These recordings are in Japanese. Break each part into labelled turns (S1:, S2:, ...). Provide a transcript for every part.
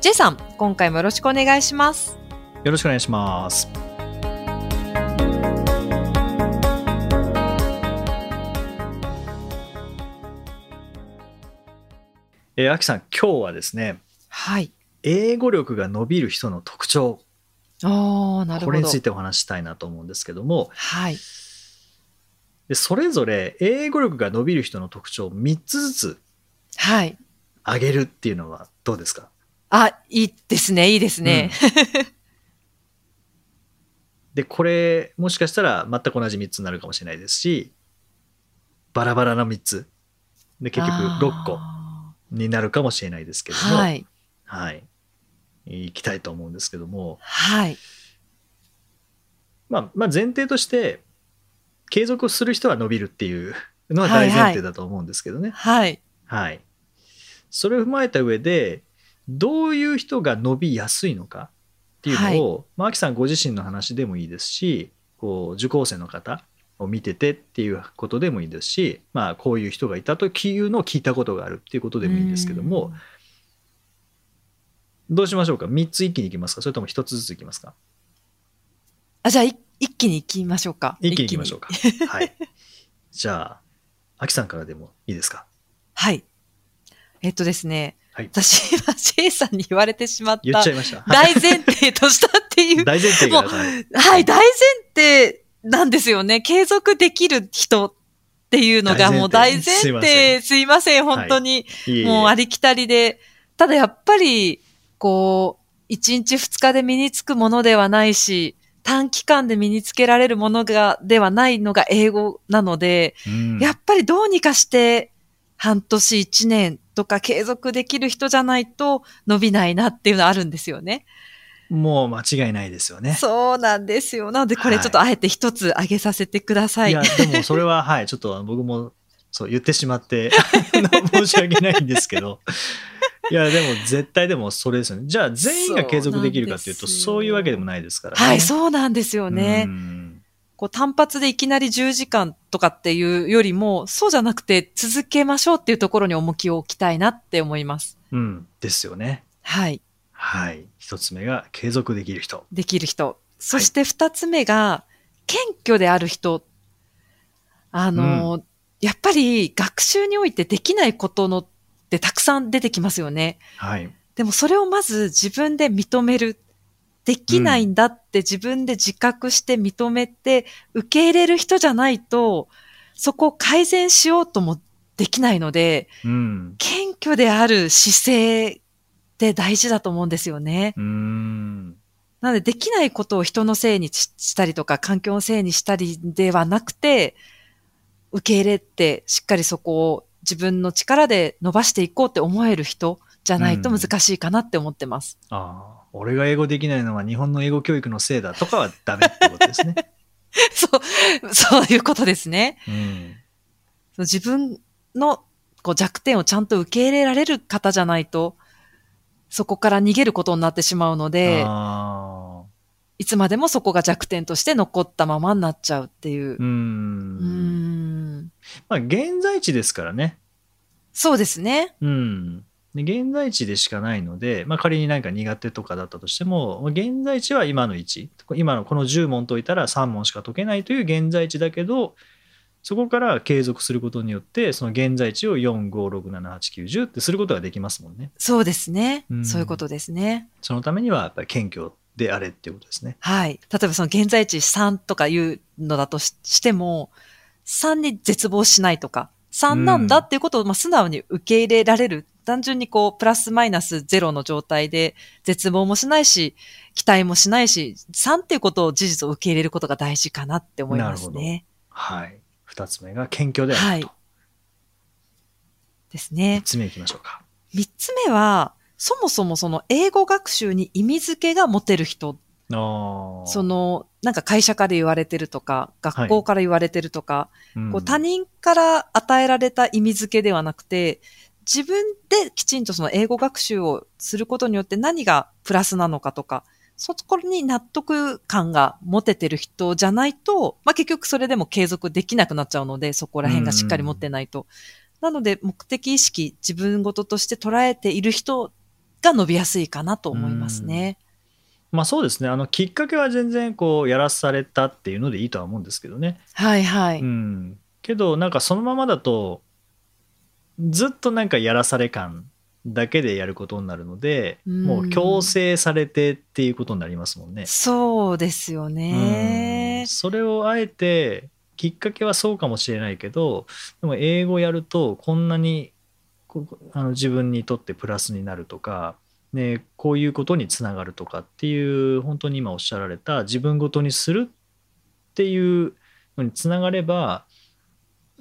S1: J さん、今回もよろしくお願いします。
S2: よろしくお願いしますえー、あきさん今日はですね
S1: はい。
S2: 英語力が伸びる人の特徴
S1: ああ、なる
S2: こ
S1: ほ
S2: れに
S1: ど
S2: つ。いてお話ししたいなと思うんですけども
S1: はい。
S2: でそれぞれ英語力が伸びる人の特徴を3つずつ
S1: はい。
S2: 上げるっていうのはどうですか
S1: あ、いいですね、いいですね。
S2: でこれもしかしたら全く同じ3つになるかもしれないですしバラバラな3つで結局6個
S1: あ
S2: になるかもしれないですけ
S1: ー
S2: ども
S1: は
S2: はい、
S1: い。
S2: いきたいと思うんですけども、
S1: はい。
S2: まあ、まあ前提として継続をする人は伸びるっていうのは大前提だと思うんですけどね。
S1: はい。
S2: はい。それを踏まえた上で、どういう人が伸びやすいのかっていうのを、まあ、秋さんご自身の話でもいいですし、こう受講生の方を見ててっていうことでもいいですし、まあ、こういう人がいたというのを聞いたことがあるっていうことでもいいんですけども、どうしましょうか ?3 つ一気にいきますかそれとも1つずついきますか
S1: あ、じゃあ、い一気に行きましょうか。
S2: 一気にいきましょうか。はい。じゃあ、秋さんからでもいいですか
S1: はい。えっとですね、
S2: はい
S1: 私は J さんに言われてしまっ
S2: 言
S1: た
S2: っちゃいました。はい
S1: 大前提としたってい う、
S2: 大前提が、はい
S1: はい、大前提なんですよね。継続できる人っていうのがもう大
S2: 大前
S1: 前
S2: 提すいませ
S1: 提、すいません、本当に、
S2: いえいえ
S1: もうありきたりで。ただやっぱり、こう、1日2日で身につくものではないし、短期間で身につけられるものが、ではないのが英語なので、
S2: うん
S1: やっぱりどうにかして半年一年とか継続できる人じゃないと伸びないなっていうのはあるんですよね。
S2: もう間違いないですよね。
S1: そうなんですよ。なのでこれちょっとあえて一つ挙げさせてくださ
S2: い
S1: い。
S2: や、でもそれは、はい、ちょっとあの僕もそう言ってしまって、 あの申し訳ないんですけど。いや、でも絶対でもそれですよね。じゃあ全員が継続できるかっていうと、
S1: そうなんですよ
S2: そういうわけでもないですから、
S1: はい、そうなんですよ
S2: う
S1: ね。
S2: ん
S1: こう単発でいきなり10時間とかっていうよりも、そうじゃなくて続けましょうっていうところに重きを置きたいなって思います。
S2: うん、ですよね。
S1: はい。
S2: はい。一つ目が継続できる人。
S1: できる人。そして二つ目が、謙虚である人。あの、やっぱり学習においてできないことのってたくさん出てきますよね。
S2: はい。
S1: でもそれをまず自分で認める。できないんだって自分で自覚して認めて受け入れる人じゃないと、そこを改善しようともできないので、
S2: うん。
S1: 謙虚である姿勢って大事だと思うんですよね。
S2: うん。
S1: なので、できないことを人のせいにししたりとか、環境のせいにしたりではなくて、受け入れて、しっかりそこを自分の力で伸ばしていこうって思える人じゃないと
S2: うん
S1: 難しいかなって思ってます。
S2: ああ、俺が英語できないのは日本の英語教育のせいだとかはダメってこと ですね。
S1: そう、そういうことですね。
S2: うん。
S1: その自分のこう弱点をちゃんと受け入れられる方じゃないと、そこから逃げることになってしまうので、
S2: ああ。
S1: いつまでもそこが弱点として残ったままになっちゃうってい
S2: う
S1: う。うー
S2: ん。
S1: ん。
S2: まあ、現在地ですからね。
S1: そうですね。
S2: うん。で現在地でしかないので、まあ、仮になんか苦手とかだったとしても、現在地は今の位置。今のこの10問解いたら3問しか解けないという現在地だけど、そこから継続することによって、その現在地を4、5、6、7、8、9、10ってすることができますもんね。
S1: そうですね
S2: う。ん
S1: そういうことですね。
S2: そのためにはやっぱり謙虚であれっていうことですね。
S1: はい。例えばその現在地3とかいうのだとししても、3に絶望しないとか、3なんだっていうことをまあ素直に受け入れられる。単純にこう、プラスマイナスゼロの状態で、絶望もしないし、期待もしないし、3っていうことを事実を受け入れることが大事かなって思いますね。
S2: はい。2つ目が謙虚であ
S1: は
S2: る
S1: い
S2: と。。
S1: ですね
S2: 3。つ目いきましょうか。
S1: 3つ目は、そもそもその英語学習に意味付けが持てる人、
S2: ああ。
S1: その、なんか会社から言われてるとか、学校から言われてるとか、
S2: うん
S1: こう他人から与えられた意味付けではなくて、自分できちんとその英語学習をすることによって何がプラスなのかとか、そこに納得感が持ててる人じゃないと、まあ、結局それでも継続できなくなっちゃうので、そこら辺がしっかり持ってないと。なので、目的意識、自分事として捉えている人が伸びやすいかなと思いますね。
S2: まあそうですね。あの、きっかけは全然こう、やらされたっていうのでいいとは思うんですけどね。
S1: はいは
S2: う
S1: い。
S2: ん。けど、なんかそのままだと、ずっとなんかやらされ感だけでやることになるので、
S1: うん
S2: もう強制されてっていうことになりますもんね。
S1: そうですよ
S2: うん
S1: ね。
S2: それをあえてきっかけはそうかもしれないけどでも英語やるとこんなにこあの自分にとってプラスになるとか、ね、こういうことにつながるとかっていう本当に今おっしゃられた自分ごとにするっていうのにつながれば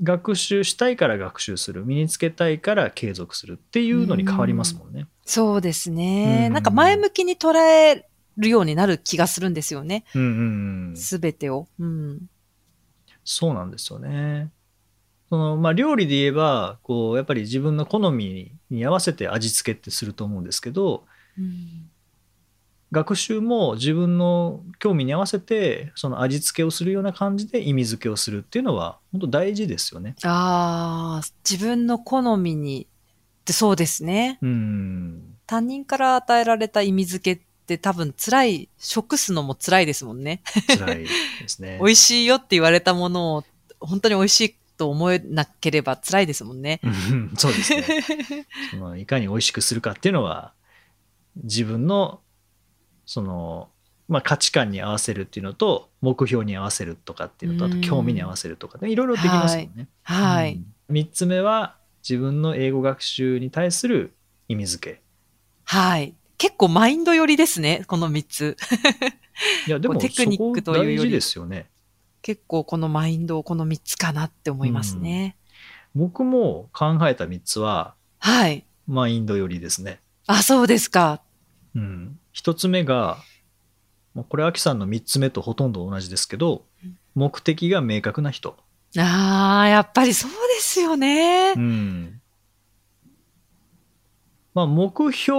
S2: 学習したいから学習する身につけたいから継続するっていうのに変わりますもんね。
S1: そうですね。
S2: うん
S1: なんか前向きに捉えるようになる気がするんですよね。
S2: うんうんうん、
S1: すべてを。うん。
S2: そうなんですよね。そのまあ、料理で言えばこうやっぱり自分の好みに合わせて味付けってすると思うんですけど学習も自分の興味に合わせてその味付けをするような感じで意味付けをするっていうのは本当大事ですよね。
S1: ああ、自分の好みに、ってそうですね。
S2: うん
S1: 他人から与えられた意味付けって多分辛い、食すのも辛いですも んね。
S2: 辛いですね
S1: 。美味しいよって言われたものを、本当に美味しいと思えなければ辛いですも んね。
S2: うんそうですね。そのいかに美味しくするかっていうのは自分のその、まあ、価値観に合わせるっていうのと目標に合わせるとかっていうのとあ
S1: う
S2: と
S1: ん
S2: 興味に合わせるとかねいろいろできますもんね。
S1: は
S2: う
S1: い。
S2: ん三つ目は自分の英語学習に対する意味付け。
S1: はい。結構マインド寄りですね。この三つ。
S2: いやでも
S1: こうテクニックというよ
S2: そ
S1: り
S2: こ大事ですよね。
S1: 結構このマインド、この三つかなって思いますね。
S2: 僕も考えた三つは
S1: はい。
S2: マインド寄りですね。
S1: あ、そうですか。
S2: うん、1つ目が、まあこれ、アキさんの3つ目とほとんど同じですけど、目的が明確な人。
S1: ああ、やっぱりそうですよね
S2: う。んまあ、目標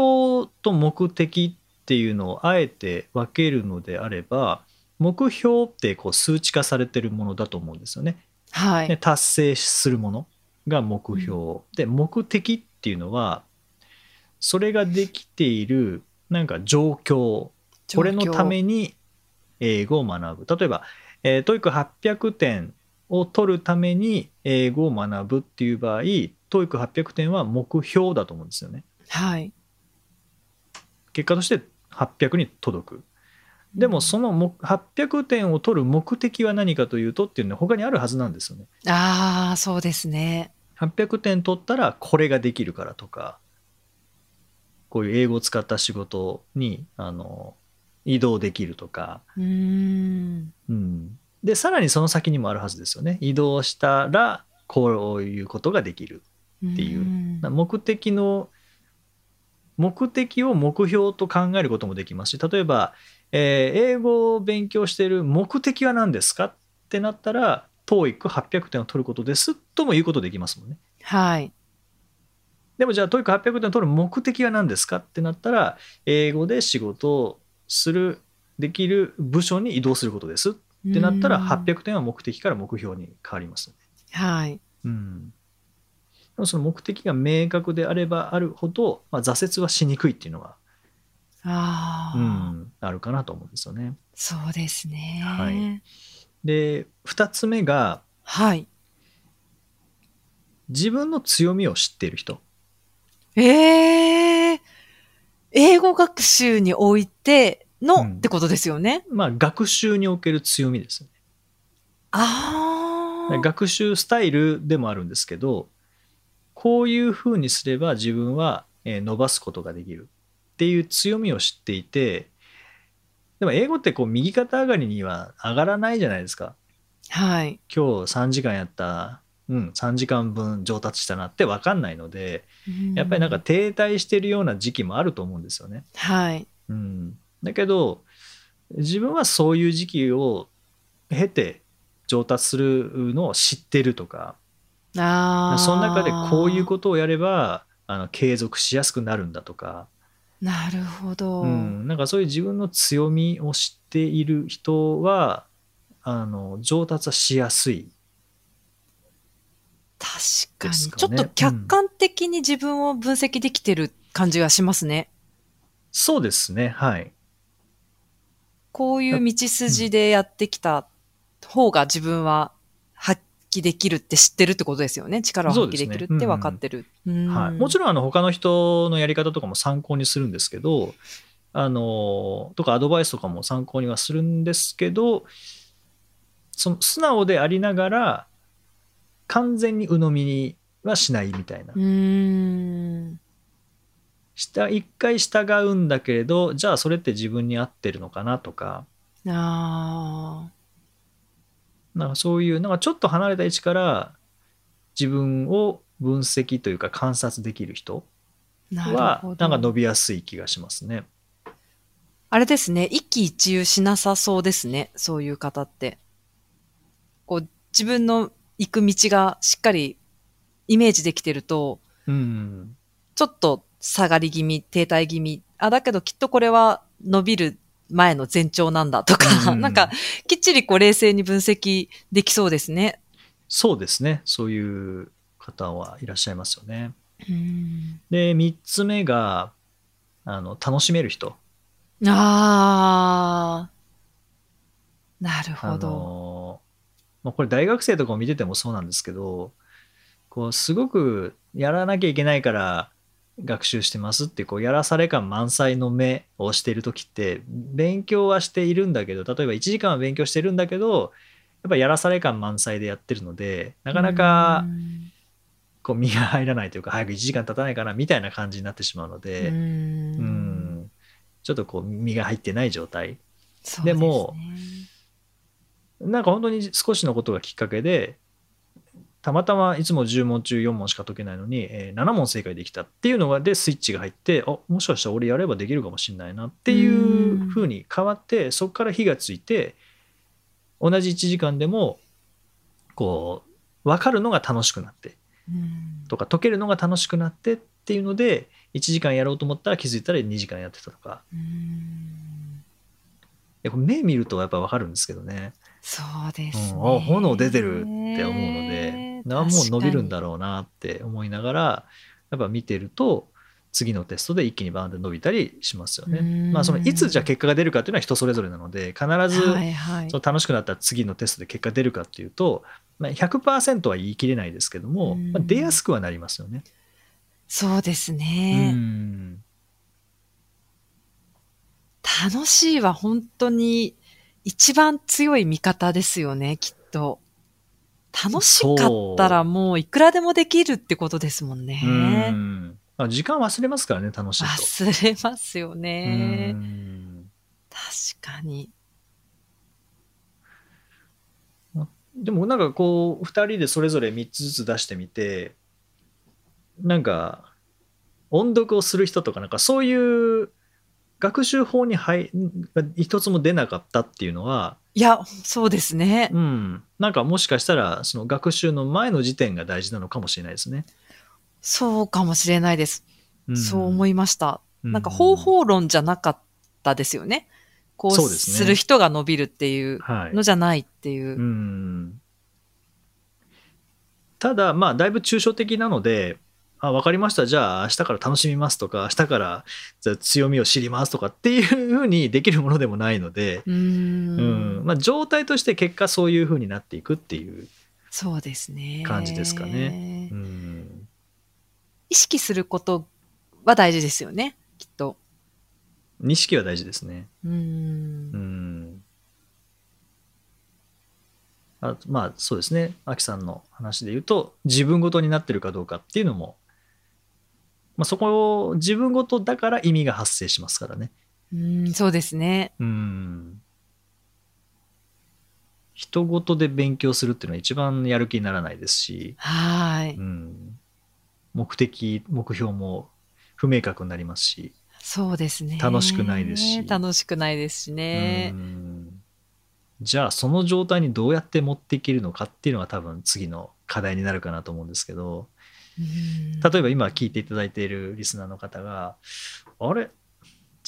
S2: と目的っていうのをあえて分けるのであれば、目標ってこう数値化されてるものだと思うんですよね。
S1: は
S2: で
S1: い。
S2: 達成するものが目標、で目的っていうのはそれができているなんか状況
S1: 状況
S2: これのために英語を学ぶ例えば、えー、トイック800点を取るために英語を学ぶっていう場合トイック800点は目標だと思うんですよね
S1: はい。
S2: 結果として800に届くでもその目800点を取る目的は何かというとっていうのは他にあるはずなんですよね
S1: ああ、そうですね。
S2: 800点取ったらこれができるからとかこういう英語を使った仕事にあの移動できるとか、
S1: うーん。
S2: うん、でさらにその先にもあるはずですよね移動したらこういうことができる
S1: って
S2: いう目的の目的を目標と考えることもできますし例えば、えー英語を勉強している目的は何ですかってなったら TOEIC800 点を取ることですとも言うことできますもんね。
S1: はい。
S2: でもじゃあトイック800点取る目的は何ですかってなったら英語で仕事をするできる部署に移動することですっ
S1: って
S2: なったら800点は目的から目標に変わりますね。
S1: はい。
S2: うん、でもその目的が明確であればあるほど、まあ、挫折はしにくいっていうのは、
S1: ああ、
S2: うん、あるかなと思うんですよね。
S1: そうですね。
S2: はい。で2つ目が
S1: はい。
S2: 自分の強みを知っている人。
S1: ええ英語学習においての、
S2: うん
S1: ってことですよね。
S2: まあ、学習における強みですよね
S1: ああ。
S2: 学習スタイルでもあるんですけどこういうふうにすれば自分はえー伸ばすことができるっていう強みを知っていてでも英語ってこう右肩上がりには上がらないじゃないですか
S1: はい。
S2: 今日3時間やった、うん、3時間分上達したなって分かんないのでやっぱりなんか、停滞してるような時期もあると思うんですよね。
S1: はい。
S2: うん、だけど自分はそういう時期を経て上達するのを知ってるとか
S1: ああ。
S2: その中でこういうことをやればあの継続しやすくなるんだとか、
S1: と。なるほど。
S2: うん、なんかそういう自分の強みを知っている人はあの上達はしやすい
S1: 確かに、
S2: ですかね
S1: ちょっと客観的に自分を分析できてる感じがしますね。
S2: そうですねはい
S1: こういう道筋でやってきた方が自分は発揮できるって知ってるってことですよね。力を発揮できるって分かってる。
S2: はい、もち
S1: ろ
S2: ろんあの他の人のやり方とかも参考にするんですけどあのとかアドバイスとかも参考にはするんですけどその素直でありながら完全に鵜呑みにはしないみたいな、
S1: ん。うーん。
S2: した一回従うんだけれどじゃあそれって自分に合ってるのかなとか
S1: ああ。
S2: なんかそういうなんかちょっと離れた位置から自分を分析というか観察できる人
S1: なる
S2: は
S1: ほ
S2: な
S1: ど。
S2: んか伸びやすい気がしますね。
S1: あれですね、一喜一憂しなさそうですね、そういう方って。こう、自分の行く道がしっかりイメージできてると、
S2: うん
S1: ちょっと下がり気味、停滞気味、あ、だけどきっとこれは伸びる前の前兆なんだとか、
S2: うん
S1: なんか、きっちりこう冷静に分析できそうですね。
S2: そうですね。そういう方はいらっしゃいますよね。
S1: うん。
S2: で、3つ目が、あの、楽しめる人。
S1: あー。なる
S2: あ
S1: ほど。
S2: の、まあ、これ大学生とかを見ててもそうなんですけど、こう、すごくやらなきゃいけないから学習してますって、こう、やらされ感満載の目をしている時って、勉強はしているんだけど、例えば1時間は勉強してるんだけど、やっぱやらされ感満載でやってるので、なかなか
S1: うん
S2: こう身が入らないというか、早く1時間経たないかなみたいな感じになってしまうので、
S1: うん
S2: うんちょっとこう身が入ってない状態
S1: そうで
S2: で
S1: すね
S2: もなんか本当に少しのことがきっかけでたまたまいつも10問中4問しか解けないのに、えー7問正解できたっていうのがでスイッチが入ってあもしかしたら俺やればできるかもしれないなっていう
S1: うん
S2: 風に変わってそこから火がついて同じ1時間でもこう分かるのが楽しくなって
S1: うん
S2: とか解けるのが楽しくなってっていうので1時間やろうと思ったら気づいたら2時間やってたとか
S1: うん
S2: いやこれ目見るとやっぱ分かるんですけどね、
S1: そうで
S2: う
S1: すね、
S2: ん、あ炎出てるって思うので何もう伸びるんだ
S1: ろ
S2: ろうなって思いながらやっぱ見てると次のテストで一気にバーンって伸びたりしますよ
S1: う
S2: ね。
S1: ーん
S2: まあ、そのいつじゃあ結果が出るかっていうのは人それぞれなので必ず
S1: はいはい
S2: その楽しくなったら次のテストで結果出るかっていうと、まあ、100%は言い切れないですけども、
S1: うん
S2: まあ、出やすくはなりますよね。
S1: そうです
S2: う
S1: ね、
S2: ん
S1: 楽しいは本当に一番強い味方ですよねきっと楽しかったらもういくらでもできるってことですもん
S2: う
S1: ね
S2: んまあ時間忘れますからね楽しいと。
S1: 忘れますよね
S2: うん
S1: 確かに
S2: でもなんかこう2人でそれぞれ3つずつ出してみてなんか音読をする人とかなんかそういう学習法に入が一つも出なかったっていうのは、
S1: いやそうですね
S2: うん、なんかもしかしたらその学習の前の時点が大事なのかもしれないですね。
S1: そうかもしれないです、そう思
S2: い、
S1: いました
S2: う
S1: なんか方法論じゃなかったですよね。こう
S2: そうですね
S1: する人が伸びるっていう
S2: はい
S1: のじゃないっていう。
S2: うんただまあだいぶ抽象的なのであ分かりましたじゃあ明日から楽しみますとか明日からじゃあ強みを知りますとかっていうふうにできるものでもないので、
S1: うーん
S2: うんまあ、状態として結果そういうふうになっていくっていう、
S1: そうですね。
S2: 感じですかねうん
S1: 意識することは大事ですよね、きっと。
S2: 認識は大事ですね。
S1: うー。
S2: うんんあまあそうですねアキさんの話で言うと自分ごとになってるかどうかっていうのも、まあ、そこを自分ごとだから意味が発生しますからね
S1: うーんそうですね。
S2: うん人ごとで勉強するっていうのは一番やる気にならないですし、。
S1: はいう
S2: ん、目的目標も不明確になりますし、
S1: そうですね。
S2: 楽しくないですし
S1: 楽しくないですしね
S2: う。んじゃあその状態にどうやって持っていけるのかっていうのが多分次の課題になるかなと思うんですけど
S1: うん
S2: 例えば今聞いていただいているリスナーの方があれ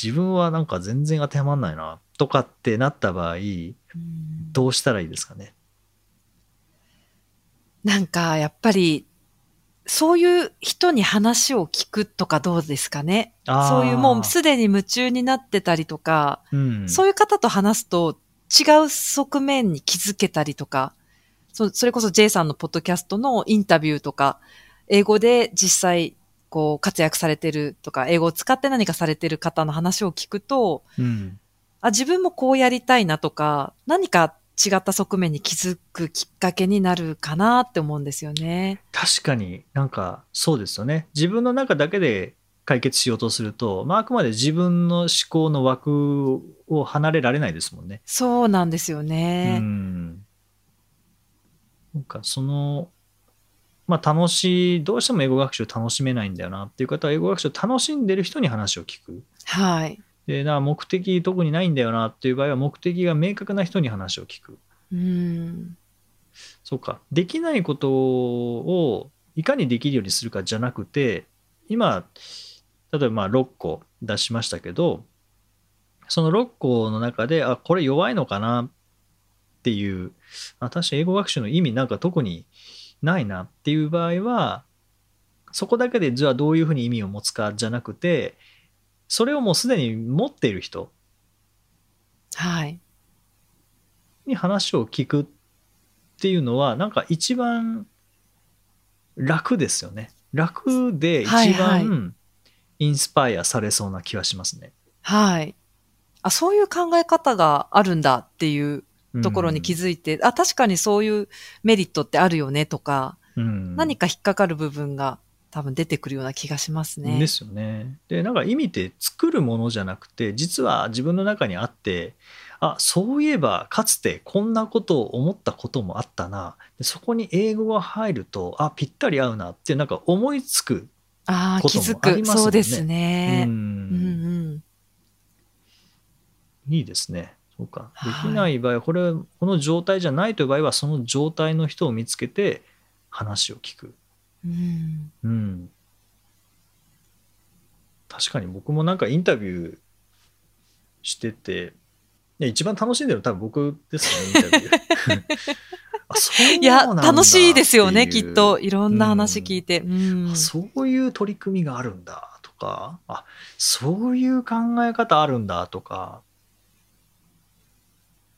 S2: 自分はなんか全然当てはまんないなとかってなった場合
S1: うん
S2: どうしたらいいですかね
S1: なんか、やっぱり、そういう人に話を聞くとかどうですかね。
S2: あー
S1: そういうもうすでに夢中になってたりとか、
S2: うん
S1: そういう方と話すと違う側面に気づけたりとか、そそれこそ J さんのポッドキャストのインタビューとか、英語で実際こう活躍されてるとか、英語を使って何かされてる方の話を聞くと、
S2: うん
S1: あ、自分もこうやりたいなとか、何か違った側面に気づくきっかけになるかなって思うんですよね。
S2: 確かになんかそうですよね自分の中だけで解決しようとすると、まあ、あくまで自分の思考の枠を離れられないですもんね。
S1: そうなんですよね。
S2: うんなんかその、まあ、楽しいどうしても英語学習楽しめないんだよなっていう方は英語学習楽しんでる人に話を聞く
S1: はい。
S2: でな目的特にないんだよなっていう場合は目的が明確な人に話を聞く
S1: うん。
S2: そうかできないことをいかにできるようにするかじゃなくて今例えばまあ6個出しましたけどその6個の中であこれ弱いのかなっていうあ確か英語学習の意味なんか特にないなっていう場合はそこだけでじゃあどういうふうに意味を持つかじゃなくてそれをもうすでに持っている人
S1: はい。
S2: に話を聞くっていうのはなんか一番楽ですよね楽で一
S1: はい
S2: 番インスパイアされそうな気はしますね、
S1: はい。あ、そういう考え方があるんだっていうところに気づいて、あ、確かにそういうメリットってあるよねとか、
S2: うん
S1: 何か引っかかる部分が多分出てくるような気がしますね。
S2: ですよねでなんか意味って作るものじゃなくて実は自分の中にあってあそういえばかつてこんなことを思ったこともあったなでそこに英語が入るとあぴったり合うなってなんか思いつく、
S1: ああ、
S2: こと
S1: 気
S2: も
S1: づ
S2: あり
S1: く。
S2: ますもんね
S1: そうです
S2: う
S1: ね。うんん
S2: いいですね。そうか。で
S1: はい
S2: きない場合、これ、この状態じゃないという場合は、その状態の人を見つけて話を聞く。
S1: うん。うん
S2: うん。確かに僕もなんかインタビューしてて、いや一番楽しんでるの多分僕ですね、インタ ビュー。あそう
S1: いや、
S2: なんだってう
S1: 楽しいですよね、きっと。いろんな話聞いて。うん。
S2: あそういう取り組みがあるんだとかあそういう考え方あるんだとか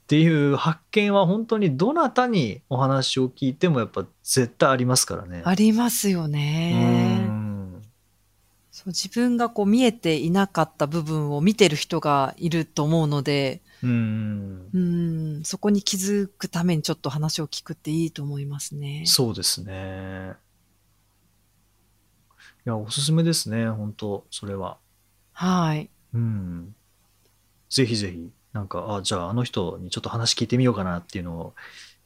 S2: っていう発見は本当にどなたにお話を聞いてもやっぱ絶対ありますからね。
S1: ありますよ
S2: う
S1: ね。
S2: ん
S1: そう自分がこう見えていなかった部分を見てる人がいると思うので、
S2: うん
S1: うん、そこに気づくためにちょっと話を聞くっていいと思いますね。
S2: そうですね。いやおすすめですね本当それは。
S1: はい。
S2: うん、ぜひぜひ、なんか、あ、じゃああの人にちょっと話聞いてみようかなっていうのを、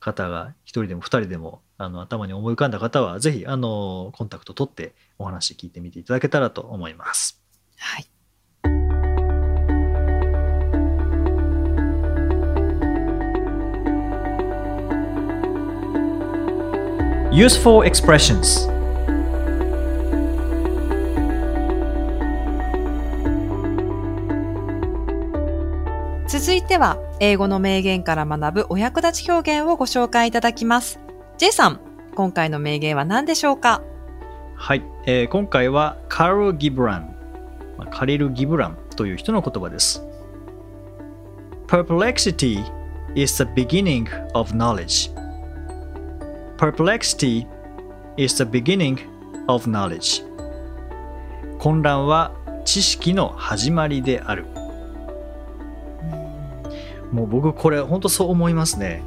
S2: 方が一人でも二人でもあの頭に思い浮かんだ方は、ぜひ、あの、コンタクト取ってお話聞いてみていただけたらと思います。
S1: はい。
S2: Useful expressions
S1: 続いては、英語の名言から学ぶお役立ち表現をご紹介いただきます。J さん、今回の名言は何でしょうか
S2: はい、えー今回はカール・ギブラン、まあカリル・ギブランという人の言葉です。Perplexity is the beginning of knowledge. Perplexity is the beginning of knowledge. 混乱は知識の始まりである。もう僕これ本当そう思いますね。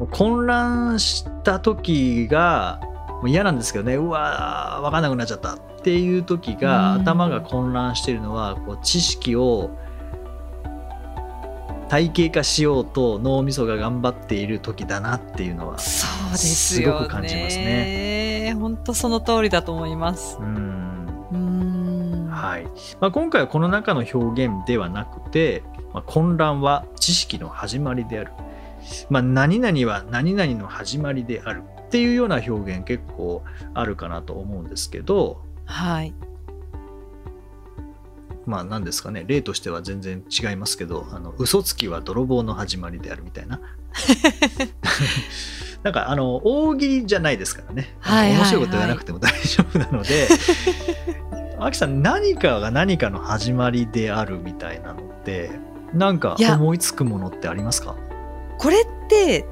S2: もう混乱した時がもう嫌なんですけどねうわー分かんなくなっちゃったっていう時が
S1: うん
S2: 頭が混乱しているのはこう知識を体系化しようと脳みそが頑張っている時だなっていうのは
S1: そうですよね。
S2: すごく感じます
S1: ね。本当その通りだと思います。
S2: うん、
S1: うーん。
S2: はいまあ、今回はこの中の表現ではなくて、まあ、混乱は知識の始まりである、まあ、何々は何々の始まりであるっていうような表現結構あるかなと思うんですけど
S1: はい。
S2: まあ何ですかね例としては全然違いますけどあの嘘つきは泥棒の始まりであるみたい ななんかあの大喜利じゃないですからね、あの
S1: はいはいはい
S2: 面白いこと言わなくても大丈夫なのであきさん何かが何かの始まりであるみたいなのってなんか
S1: いや
S2: 思いつくものってありますか
S1: これって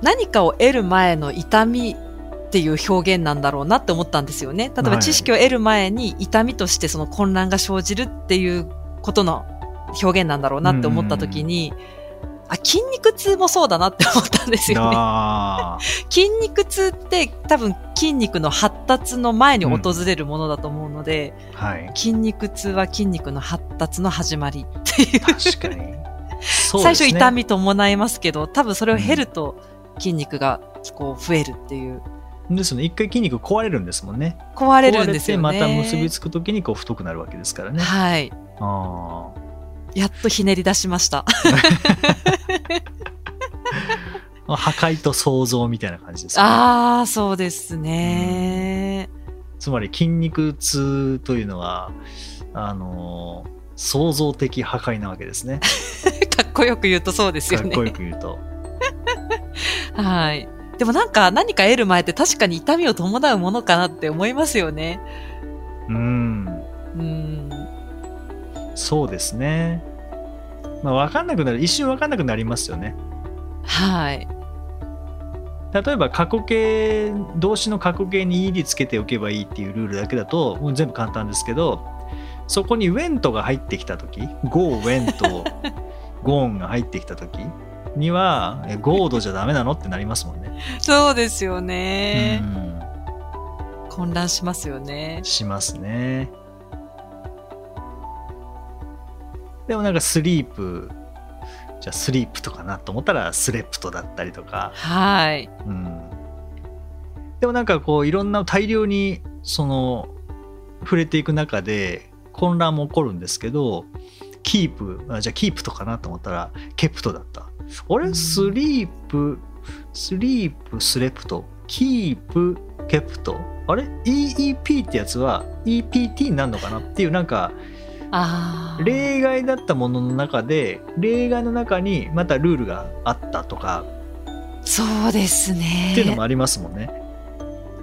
S1: 何かを得る前の痛みっていう表現なんだろうなって思ったんですよね。例え
S2: はい
S1: ば知識を得る前に痛みとしてその混乱が生じるっていうことの表現なんだろうなって思った時に、あ、筋肉痛もそうだなって思ったんですよね。
S2: あー
S1: 筋肉痛って多分筋肉の発達の前に訪れるものだと思うので、
S2: はい
S1: 筋肉痛は筋肉の発達の始まりっていう
S2: 確かにそうで
S1: 最
S2: す
S1: 初
S2: ね
S1: 痛み伴いますけど多分それを減ると筋肉がこう増えるっていう
S2: ですよね一回筋肉壊れるんですもんね
S1: 壊れ
S2: 壊
S1: るん
S2: れ
S1: です
S2: て
S1: よね
S2: また結びつく時にこう太くなるわけですからね
S1: はい
S2: あ
S1: やっとひねり出しました
S2: あ破壊と創造みたいな感じですね
S1: ああそうですね、
S2: つまり筋肉痛というのはあの創造的破壊なわけですね
S1: かっこよく言うとそう です
S2: か
S1: よ
S2: っ
S1: ね
S2: こよく言うと、
S1: はいでもなんか何か得る前って確かに痛みを伴うものかなって思いますよね
S2: うん
S1: うん
S2: そうですねまあ分かんなくなる一瞬分かんなくなりますよね
S1: はい
S2: 例えば過去形動詞の過去形に ed つけておけばいいっていうルールだけだともう全部簡単ですけどそこに went が入ってきた時 go went gone が入ってきた時にはえ go 度じゃダメなのってなりますもんね、
S1: そうですよね、
S2: うん
S1: 混乱しますよね
S2: しますねでもなんかスリープじゃあスリープとかなと思ったらスレプトだったりとか、
S1: はい
S2: うん、でもなんかこういろんな大量にその触れていく中で混乱も起こるんですけどキープあじゃあキープとかなと思ったらケプトだったあ
S1: う
S2: れ
S1: ん
S2: スリープスリープスレプトキープケプトあれ EEP ってやつは EPT になるのかなっていうなんか
S1: ああ
S2: 例外だったものの中で例外の中にまたルールがあったとか
S1: そうですね
S2: っていうのもありますもんね。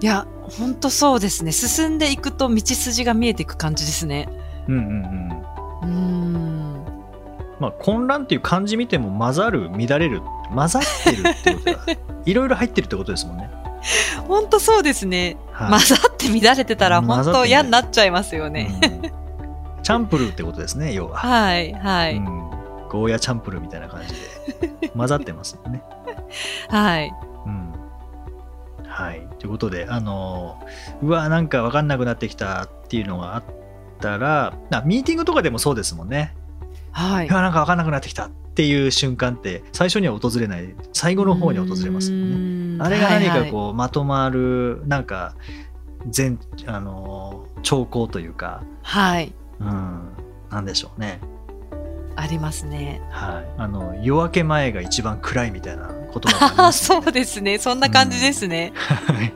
S1: いや、ほんとそうですね。進んでいくと道筋が見えていく感じですね。
S2: うんうんうん
S1: うーん。
S2: まあ、混乱っていう漢字見ても混ざる乱れる混ざってるってこと だいろいろ入ってるってことですもんね。
S1: ほんとそうですね。
S2: はい
S1: 混ざって乱れてたら
S2: 混ざ
S1: ほ
S2: っ
S1: ん
S2: て
S1: と嫌になっちゃいますよね。
S2: うんチャンプルーってことですね要は、
S1: はい、は
S2: う
S1: い、
S2: ん、ゴーヤチャンプルーみたいな感じで混ざってますね。
S1: はい。
S2: うんはい、ということであのうわなんか分かんなくなってきたっていうのがあったらなミーティングとかでもそうですもんね。
S1: はい。
S2: いやなんか分かんなくなってきたっていう瞬間って最初には訪れない最後の方に訪れますもんね。
S1: ね
S2: あれが何か
S1: う
S2: こうまとまるなんか全あのー兆候というか、
S1: ーん。はいはい、
S2: うん、なんでしょうね。
S1: ありますね。
S2: はい、あの夜明け前が一番暗いみたいな言葉があり
S1: あ
S2: ま
S1: あ、
S2: すよ
S1: そ
S2: ね。
S1: うですね。そんな感じですね。
S2: はい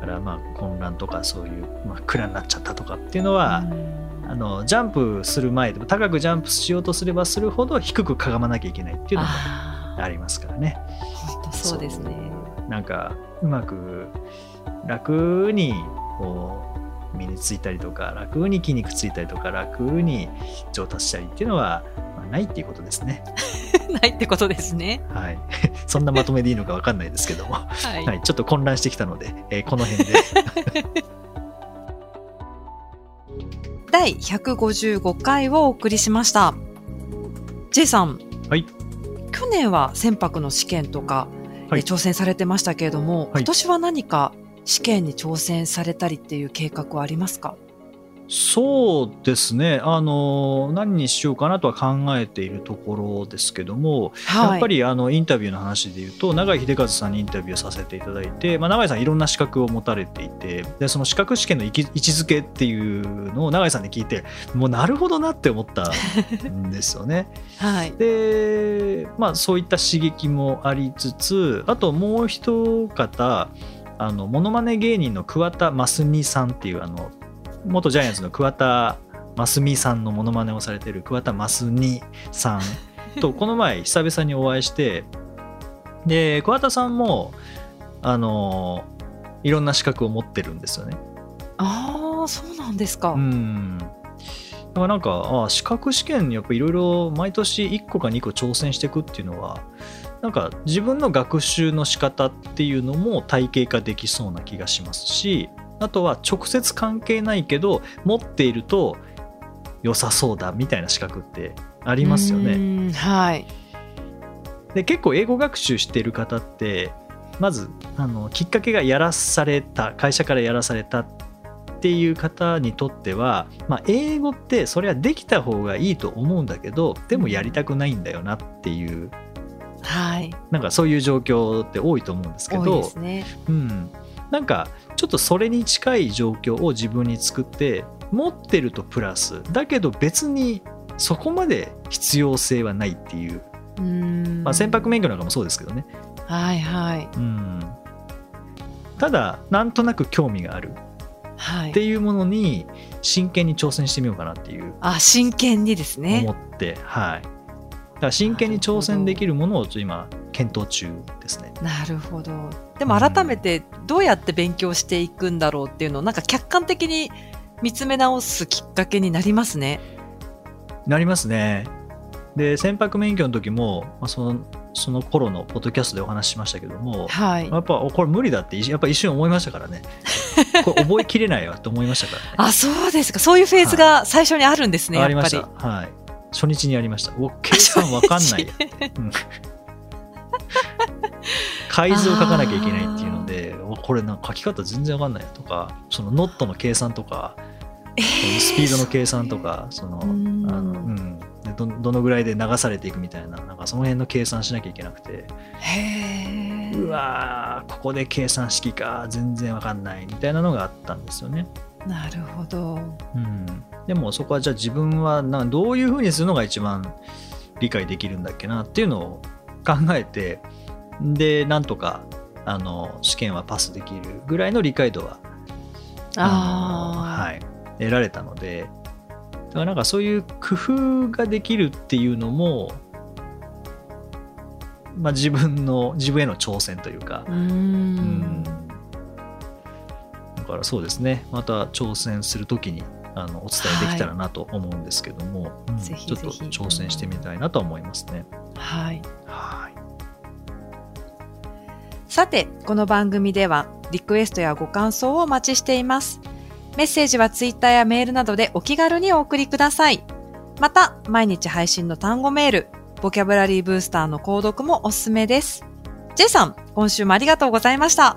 S2: だからまあ混乱とかそういう、まあ、暗になっちゃったとかっていうのは、あのジャンプする前でも高くジャンプしようとすればするほど低くかがまなきゃいけないっていうのが
S1: あ
S2: ありますからね。
S1: あー、ほんとそうですね。
S2: なんかうまく楽にこう身についたりとか楽に筋肉ついたりとか楽に上達したりっていうのは、まあないっていうことですね。
S1: ないってことですね。
S2: はい、 そんなまとめでいいのかわかんないですけども、は
S1: はい。
S2: い、ちょっと混乱してきたので、えーこの辺で
S1: 第155回をお送りしました。J さん、
S2: はい
S1: 去年は船舶の試験とか、
S2: はい
S1: え挑戦されてましたけれども、
S2: はい
S1: 今年は何か試験に挑戦されたりっていう計画はありますか
S2: そうですねあの何にしようかなとは考えているところですけども、
S1: はい、
S2: やっぱりあのインタビューの話で言うと永井秀和さんにインタビューさせていただいて、まあ、永井さんいろんな資格を持たれていてでその資格試験の位置位置づけっていうのを永井さんに聞いてもうなるほどなって思ったんですよね。
S1: はい、
S2: で、まあ、そういった刺激もありつつあともう一方あのモノマネ芸人の桑田真澄さんっていうあの元ジャイアンツの桑田真澄さんのモノマネをされてる桑田真澄さんとこの前久々にお会いしてで桑田さんもあのいろんな資格を持ってるんですよね。
S1: ああそうなんですか、
S2: うんだからなんかあ資格試験やっぱいろいろ毎年1個か2個挑戦していくっていうのはなんか自分の学習の仕方っていうのも体系化できそうな気がしますしあとは直接関係ないけど持っていると良さそうだみたいな資格ってありますよ
S1: う
S2: ね。
S1: ーんはい
S2: で結構英語学習してる方ってまずあのきっかけがやらされた会社からやらされたっていう方にとっては、まあ、英語ってそれはできた方がいいと思うんだけどでもやりたくないんだよなっていう
S1: はい
S2: なんかそういう状況って多いと思うんですけ
S1: 多い
S2: ど
S1: ですね
S2: うん、なんかちょっとそれに近い状況を自分に作って持ってるとプラスだけど別にそこまで必要性はないっていう、
S1: うーん
S2: まあ、船舶免許なんかもそうですけどね
S1: はいはい
S2: うん、ただなんとなく興味がある
S1: は
S2: って
S1: い
S2: いうものに真剣に挑戦してみようかなっていう
S1: あ真剣にですね
S2: 思って、はいだから真剣に挑戦できるものをちょっと今検討中ですね
S1: なるほどでも改めてどうやって勉強していくんだろうっていうのをなんか客観的に見つめ直すきっかけになりますね
S2: なりますねで船舶免許の時も、まあ、そのその頃のポッドキャストでお話ししましたけども
S1: はい
S2: やっぱおこれ無理だって一やっぱ一瞬思いましたから ねこれ覚えきれないわって思いましたからね
S1: あそうですかそういうフェーズが最初にあるんですね、
S2: あり
S1: や
S2: ま
S1: っぱ
S2: した
S1: り
S2: はい初日にやりましたお計算わかん ないやうん 改図を書かなきゃいけないっていうのでおこれなんか書き方全然わかんないとかそのノットの計算とか、
S1: え
S2: スピードの計算とかその
S1: う
S2: あ
S1: ん
S2: の、うん、でどどのぐらいで流されていくみたいななんかその辺の計算しなきゃいけなくて
S1: へえ
S2: うわーここで計算式か全然わかんないみたいなのがあったんですよね。
S1: なるほど
S2: うん、でもそこはじゃあ自分はなどういうふうにするのが一番理解できるんだっけなっていうのを考えてでなんとかあの試験はパスできるぐらいの理解度は
S1: ああ
S2: のはい、得られたのでだからなんかそういう工夫ができるっていうのも、まあ、自分の自分への挑戦というか、
S1: うー
S2: うんんだからそうですねまた挑戦するときにあのお伝えできたらなと思うんですけども、うん
S1: ぜひぜひ
S2: ちょっと挑戦してみたいなとは思いますね。
S1: はい
S2: はい
S1: さて、この番組ではリクエストやご感想をお待ちしています。メッセージはツイッターやメールなどでお気軽にお送りください。また、毎日配信の単語メール、ボキャブラリーブースターの購読もおすすめです。J さん、今週もありがとうございました。